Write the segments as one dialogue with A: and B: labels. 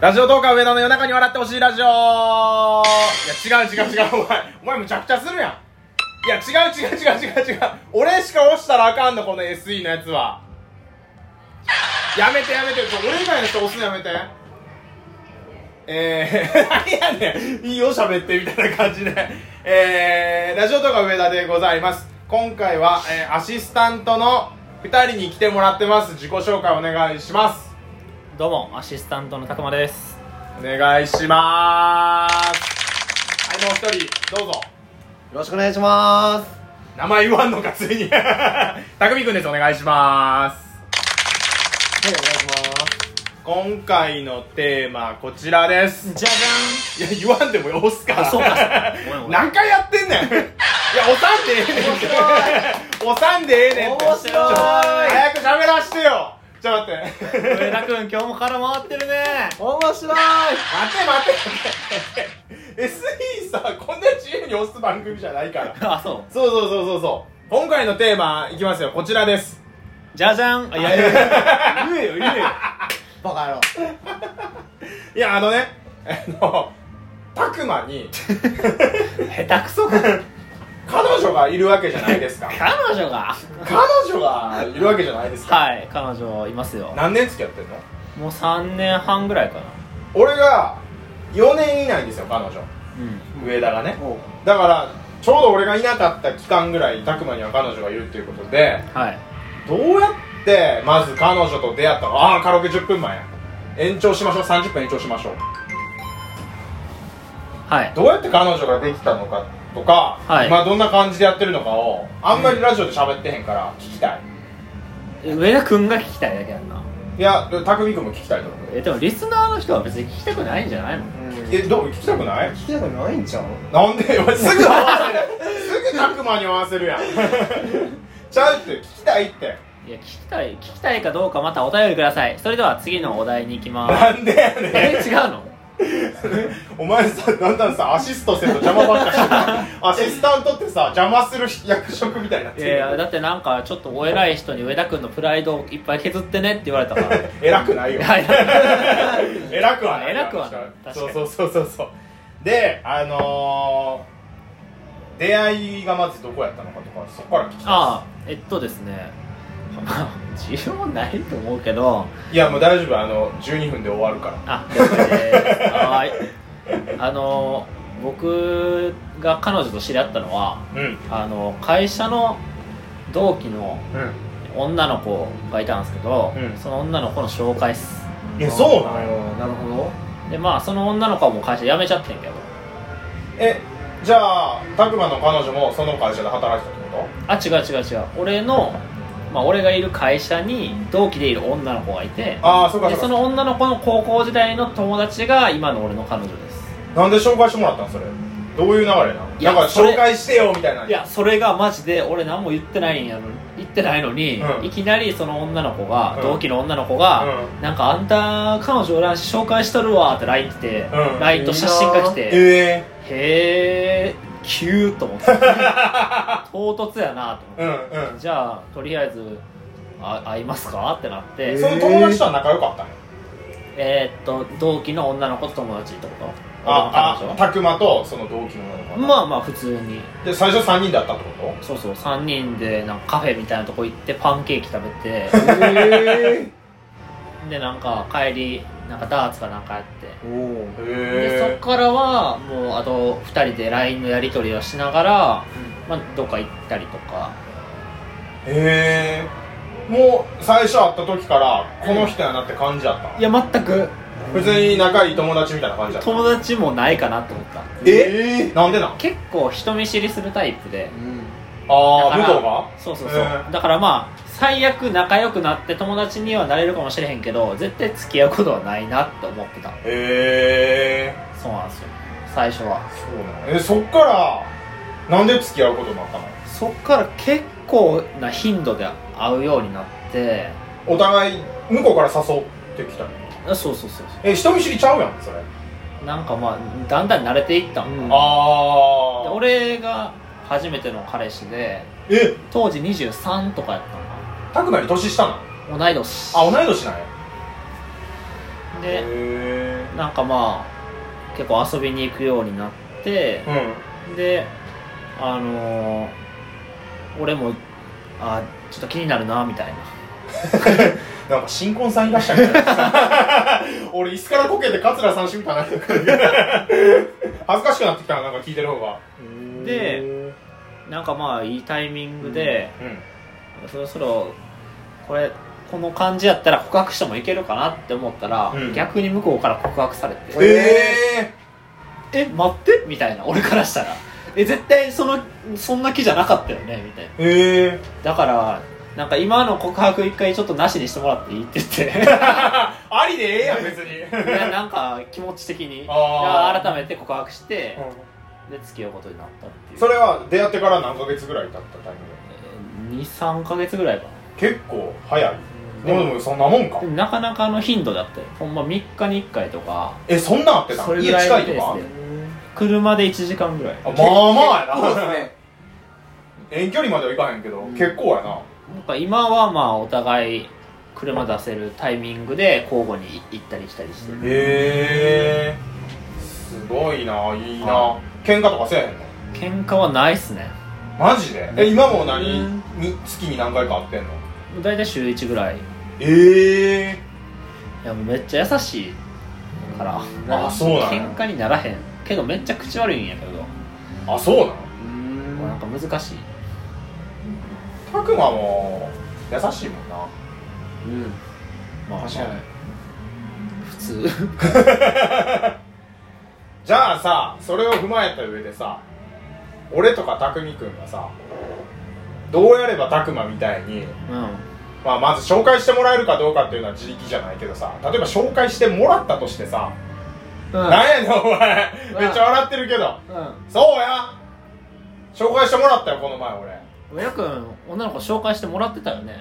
A: ラジオ動画上田の夜中に笑ってほしいラジオいや違う違う違うお前お前むちゃくちゃするやんいや違う違う違う違う違う俺しか押したらあかんのこの SE のやつはやめてやめてちょ俺以外の人押すのやめてえー、何やねんいいよ喋ってみたいな感じでえー、ラジオ動画上田でございます今回は、えーアシスタントの2人に来てもらってます自己紹介お願いします
B: どうもアシスタントのたくまです
A: お願いしまーすはいもう一人どうぞ
C: よろしくお願いします
A: 名前言わんのかついに たくみくんですお願いします
C: はいお願いします
A: 今回のテーマこちらです
B: じゃ
A: いや言わんでもよ押すから
B: あそ うかごめんごめん
A: 何回やってんね んいや押さんでええねんって押さんでええねんって
B: 面白い
A: ちょ早く喋らしてよちょっと待って待
B: じゃ ん上田君今日もから回ってるね
C: 面白い
A: って 待って SE さこんな自由に押す番組じゃないから
B: あそ
A: そうそうそうそうそう今回のテーマいきますよこちらです
B: うじゃじゃんあいやいやいや
A: 言えよ言えよ
C: バカ野郎
A: いやあのねあのたくまに
B: 下手くそか
A: 彼女がいるわけじゃないですか
B: 彼女が
A: 彼女がいるわけじゃないですか
B: はい彼女いますよ
A: 何年付き合ってんの
B: もう3年半ぐらいかな
A: 俺が4年以内ですよ彼女
B: うん
A: 上田がね
C: おう
A: だからちょうど俺がいなかった期間ぐらいたくまには彼女がいるっていうことで
B: はい
A: どうやってまず彼女と出会ったのああカラオケ10分前や延長しましょう30分延長しましょう
B: はい
A: どうやって彼女ができたのかとか、
B: はい
A: 今どんな感じでやってるのかをあんまりラジオで喋ってへんから聞きたい、
B: 上田君が聞きたいだけやんない
A: や匠君も聞きたいと思う
B: えでもリスナーの人は別に聞きたくないんじゃないの
A: えどう聞きたくない
C: 聞きたくないんちゃう
A: なんでよすぐ合わせ るすぐ拓磨に合わせるやんちゃうって聞きたいって
B: いや聞きたい聞きたいかどうかまたお便りくださいそれでは次のお題に行きます
A: なんでやね
B: え
A: ん
B: 違うの
A: お前さだんだんさアシストせんと邪魔ばっかしてるアシスタントってさ邪魔する役職みたいになって
B: い
A: る
B: やいやだってなんかちょっとお偉い人に上田君のプライドをいっぱい削ってねって言われたからい
A: 偉くないよ
B: やいや
A: 偉くはない
B: 偉くはない確か
A: そう
B: に
A: そうそうそうそうであのー、出会いがまずどこやったのかとかそこから聞きた
B: ああえっとですね まあ需要ないと思うけど
A: いいやもう大丈夫あの12分で終わるから
B: あ了解ですはーいあの僕が彼女と知り合ったのは
A: うん
B: あの会社の同期の
A: う
B: 女の子がいたんですけど、
A: うん
B: その女の子の紹介っす
A: んいやそうなんよ
C: なるほど
B: でまあその女の子はもう会社辞めちゃってんけど
A: えじゃあ拓磨の彼女もその会社で働いてたってこ
B: あ違う違う違う俺の、まあ、俺がいる会社に同期でいる女の子がいて
A: とああそうかそ
B: で
A: うか
B: その女の子の高校時代の友達が今の俺の彼女です
A: なんで紹介してもらったんそれどういう流れなの
B: いや
A: なんか
B: それ
A: 紹介してよみたいない
B: やそれがマジで俺何も言ってないんやの言ってないのに、
A: うん
B: いきなりその女の子が、
A: うん
B: 同期の女の子が、なんかあんた彼女おらんし紹介しとるわって LINE 来て、
A: うん
B: LINE と写真が来て、へ
A: え
B: え急 と思って唐突やなと思っ
A: え
B: て、
A: うんうん
B: じゃあとりあえずあ会いますかってなって、
C: えー
A: その友達とは仲良かったの
B: えーっと同期の女の子と友達ってこと
A: あ
B: 俺の
A: あ拓磨とその同期の女の子
B: 彼女まあまあ普通に
A: で最初3人だったってこと
B: そうそう3人でなんかカフェみたいなとこ行ってパンケーキ食べて
C: え
B: でなんか帰りなんかダーツかなんかやって
C: ー、おう
B: でそっ
A: へ
B: からはもうあと2人で LINE のやり取りをしながら、まあ、どっか行ったりとか
A: えへえもう最初会った時からこの人やなって感じだった
B: いや全く
A: 別に仲いい友達みたいな感じだった
B: 友達もないかなと思った
A: えなんでなん
B: 結構人見知りするタイプで
C: うん
A: ああ武
B: だから
A: 藤が
B: そうそうそう、
A: えー
B: だからまあ最悪仲良くなって友達にはなれるかもしれへんけど絶対付き合うことはないなって思ってた
A: へえ
B: そうなんですよ最初は
A: そうなのえそっからなんで付き合うことになったの
B: そっから結構な頻度で会うようになって
A: お互い向こうから誘ってきたの
B: あそうそうそうそ
A: え人見知りちゃうやんそれ
B: うなんかまあだんだん慣れていったのかな、
A: あ
B: で
A: あ
B: 俺が初めての彼氏で
A: え
B: 当時23とかやったのか
A: たくまに年下なの
B: な同い年
A: あ同い年なんや
B: で
A: へ
B: なんかまあ結構遊びに行くようになって
A: う、ん
B: であのー俺もあちょっと気になるなみたいな
A: なんか新婚さんいらっしゃるみたいな 俺椅子からこけて桂三振かな恥ずかしくなってきたななんか聞いてる方が
B: で
C: うん
B: なんかまあいいタイミングで、
A: うん
B: そろそろこれこの感じやったら告白してもいけるかなって思ったら、
A: うん
B: 逆に向こうから告白されて
C: え
A: え
B: 「え待って」みたいな俺からしたら「え絶対そのそんな気じゃなかったよね」みたいな
A: ー、ええ
B: だからなんか今の告白一回ちょっとなしにしてもらっていいって言って
A: ありでええやん別に
B: いやなんか気持ち的に
A: あー
B: 改めて告白して、で付き合うことになったっていう
A: それは出会ってから何ヶ月ぐらい経ったタイミング
B: 23か月ぐらいかな
A: 結構早いで
B: でも
A: もでもそんなもんか
B: でもなかなかの頻度だったよほんま3日に1回とか
A: えそんなんあってた
B: それ
A: 家
B: ぐらいの
A: 近いと
B: ペー
A: か
B: スで車で1時間ぐらい
A: あまあまあ
C: そう
A: や
C: で
A: な
C: すね
A: 遠距離まではいかへんけど、
C: うん
A: 結構やな
B: なんか今はまあお互い車出せるタイミングで交互に行ったり来たりしてる
A: へえすごいないいな喧嘩とかせえへんの
B: 喧嘩はないっすね
A: マジでえ今も何、
B: うん
A: に月に何回か会ってんの
B: 大体週1ぐらいい
A: ええ
B: やもうめっちゃ優しいから
A: あそうなんや
B: 喧嘩にならへんけどめっちゃ口悪いんやけど
A: あそうなの
B: なんか難しい
A: たくまも優しいもんな
B: うんまあ
C: 確かに
B: 普通
A: じゃあさそれを踏まえた上でさ俺とかたくみくんがさどうやればたくまみたいに、
B: うん
A: まあ、まず紹介してもらえるかどうかっていうのは自力じゃないけどさ例えば紹介してもらったとしてさ、なんやねんお 前
B: うん
A: めっちゃ笑ってるけど
B: う
A: そうや紹介してもらったよこの前俺
B: ん親くん女の子紹介してもらってたよね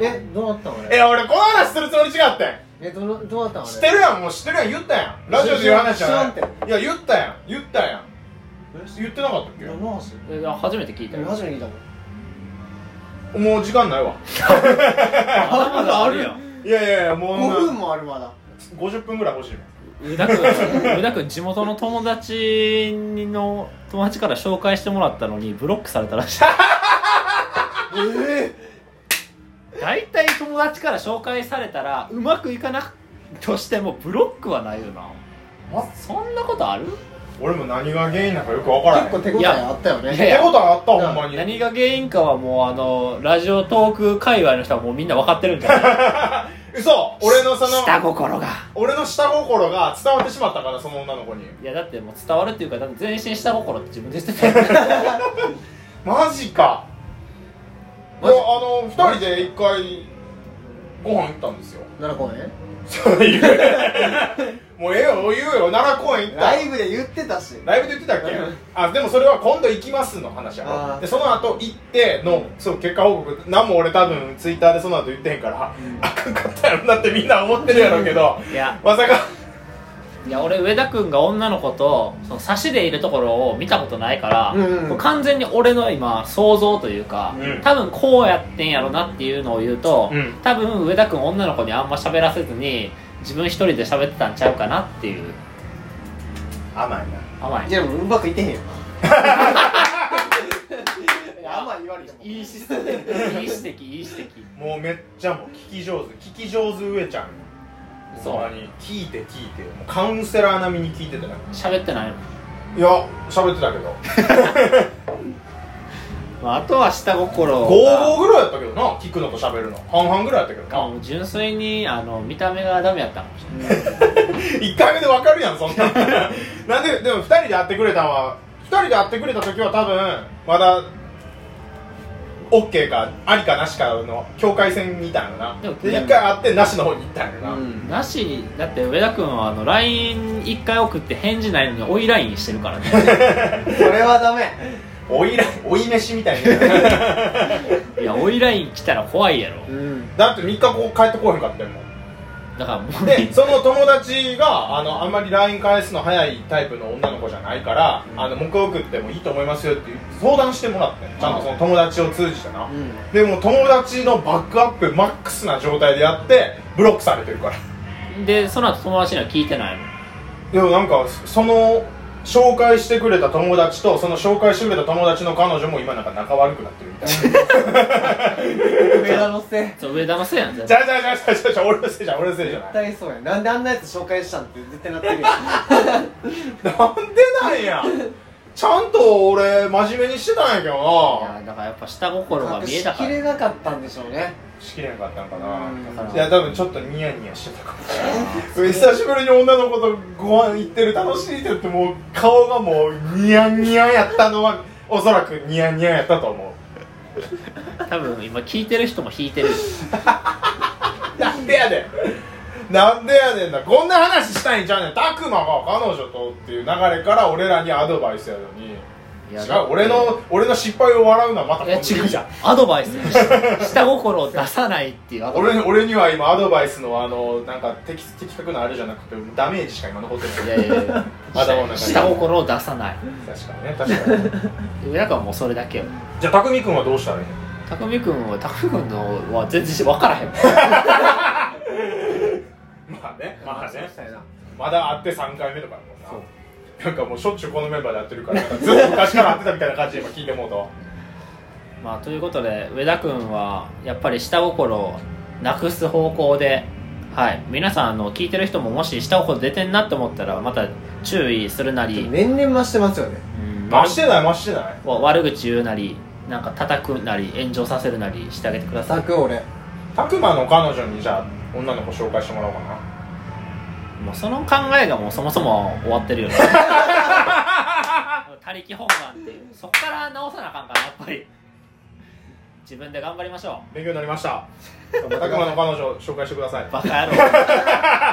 C: えどうだったのあれ
A: え俺この話するつもり違ったん
C: えどのどうだったのあれ
A: 知ってるやんもう知ってるやん言ったやんラジオで言う話じゃ
C: 知らん
A: ないいや言ったやん言ったやん言ってなかったっ
C: え何の話
B: え初めて聞いたよ
C: 初めて聞いたもん
A: けもう時間ないわ
B: まだまだあるやん
A: いやいやいやもう
C: 5分もあるまだ
A: 50分ぐらい欲しいもん
B: 宇田君宇田君地元の友達の友達から紹介してもらったのにブロックされたらしい
C: え
B: 大体友達から紹介されたらうまくいかなくとしてもブロックはないよな
A: ま
B: そんなことある
A: 俺も何が原因なのかよく分からへん
C: 結構手応えあったよ
B: いやい
C: ね
A: 手応えあったほんまに
B: 何が原因かはもうあのラジオトーク界隈の人はもうみんな分かってるんじゃない
A: 嘘俺のその
B: 下心が
A: 俺の下心が伝わってしまったからその女の子に
B: いやだってもう伝わるっていうかだって全身下心って自分で言ってたよね
A: マジかい
C: マ
A: や
C: ジ
A: あの二人で一回ご飯行ったんですよ
C: 奈良公園
A: そう言うもうええよ言うよ奈良公園行った
C: ライブで言ってたし
A: ライブで言ってたっけ
C: うん
A: あでもそれは今度行きますの話や
C: あ
A: ろ
C: ー
A: でその後行ってのそう結果報告何も俺多分ツイッターでその後言ってへんから、あかんかったやろなってみんな思ってるやろうけど
B: いや
A: まさか
B: いや俺上田君が女の子とその差しでいるところを見たことないから、
C: うんうん
B: もう完全に俺の今想像というか、
A: うん
B: 多分こうやってんやろなっていうのを言うと、
A: うん
B: 多分上田君女の子にあんま喋らせずに自分一人で喋ってたんちゃうかなっていう
A: 甘いな
B: 甘い
C: でもうまくいってへんよ甘い言われても
B: いい指摘いい指摘いい指摘
A: もうめっちゃもう聞き上手聞き上手上ちゃん
B: そう
A: ほんまに聞いて聞いてもうカウンセラー並みに聞いてたよ
B: 喋ってないの、
A: いや喋ってたけど
B: まあ、あとは下心が
A: 55ぐらいやったけどな聞くのと喋るの半々ぐらいやったけど
B: あ
A: な
B: もう純粋にあの見た目がダメやったかもしれない
A: 1回目で分かるやんそんなん なんででも2人で会ってくれたんは2人で会ってくれた時は多分まだ OK かありかなしかの境界線みたいなな
B: で
A: で
B: も
A: 1回会ってなしの方に行ったんやな、
C: うん
B: なしにだって上田君はあの LINE1 回送って返事ないのに追い LINE してるからね
C: これはダメ
A: おいらおい飯みたいな
B: いや追い LINE 来たら怖いやろ
C: うん
A: だって3日こう帰ってこうへんかったよもん
B: だからもう
A: でその友達があのあんまり LINE 返すの早いタイプの女の子じゃないから、あの僕送ってもいいと思いますよっていう相談してもらってんちゃんとその友達を通じてな、
C: うん
A: でも友達のバックアップマックスな状態でやってブロックされてるから
B: でその後友達には聞いてないの
A: でもなんかその紹介してくれた友達とその紹介してくれた友達の彼女も今なんか仲悪くなってるみたいな
C: 上田のせい
B: そう上田のせいなんです
A: じ
B: よ
A: ゃあじゃあじゃあじゃあじゃあじゃあ俺のせいじゃん俺のせいじゃ
C: 絶
A: ない
C: 対そうやんなんであんなやつ紹介したんって絶対なってるよ
A: なんでなんやちゃんと俺真面目にしてたんやけ
B: い
A: ど
B: やだからやっぱ下心が
C: 隠
B: 見え
C: した
B: か
C: き
B: ら
C: れなかったんでしょうね
A: なしきれなかったんか
C: うん
A: な
B: だ
A: い
B: から
A: や多分ちょっとニヤニヤしてたかもしれない久しぶりに女の子とご飯行ってる楽しいって言ってもう顔がもうニヤニヤやったのはおそらくニヤニヤやったと思う
B: 多分今聞いてる人も引いてる
A: なんでやねんなんでやねんなこんな話したいんちゃうねん拓磨が彼女とっていう流れから俺らにアドバイスやのに
B: い
A: 違
B: や
A: う
B: だって
A: 俺の俺の失敗を笑うのはまた
B: いや
A: 今度
B: 違うじゃんアドバイスやし下心を出さないっていうアドバイ
A: 俺に俺には今アドバイスのあのなんか的的確なあれじゃなくてダメージしか今残って
B: スい
A: ない
B: やいやいや
A: 頭の中に
B: 下心を出さない
A: 確かにね確かに
B: 上田はもうそれだけよ
A: じゃあ匠君はどうしたらいいの
B: 匠君は匠君のは全然分からへんもん
A: まあねまあね
C: そうやな
A: まだ会って3回目とかやもんな
B: そう
A: なんかもうしょっちゅうこのメンバーでやってるから なんかずっと昔から会ってたみたいな感じで今聞いてもうと
B: まあということで上田君はやっぱり下心をなくす方向ではい皆さんあの聞いてる人ももし下心出てんなって思ったらまた注意するなり、
C: 年々増してますよね
B: うん
A: 増してない増してない
B: わ悪口言うなりなんか叩くなり炎上させるなりしてあげてください
C: サク俺
A: 拓磨の彼女にじゃあ女の子紹介してもらおうかな
B: もうその考えがもうそもそも終わってるよね 他力本願っていうそっから直さなあかんからやっぱり自分で頑張りましょ
A: 勉強になりました
C: 頑張ってください
A: 拓磨の彼女紹介してくださいう
B: バカ野郎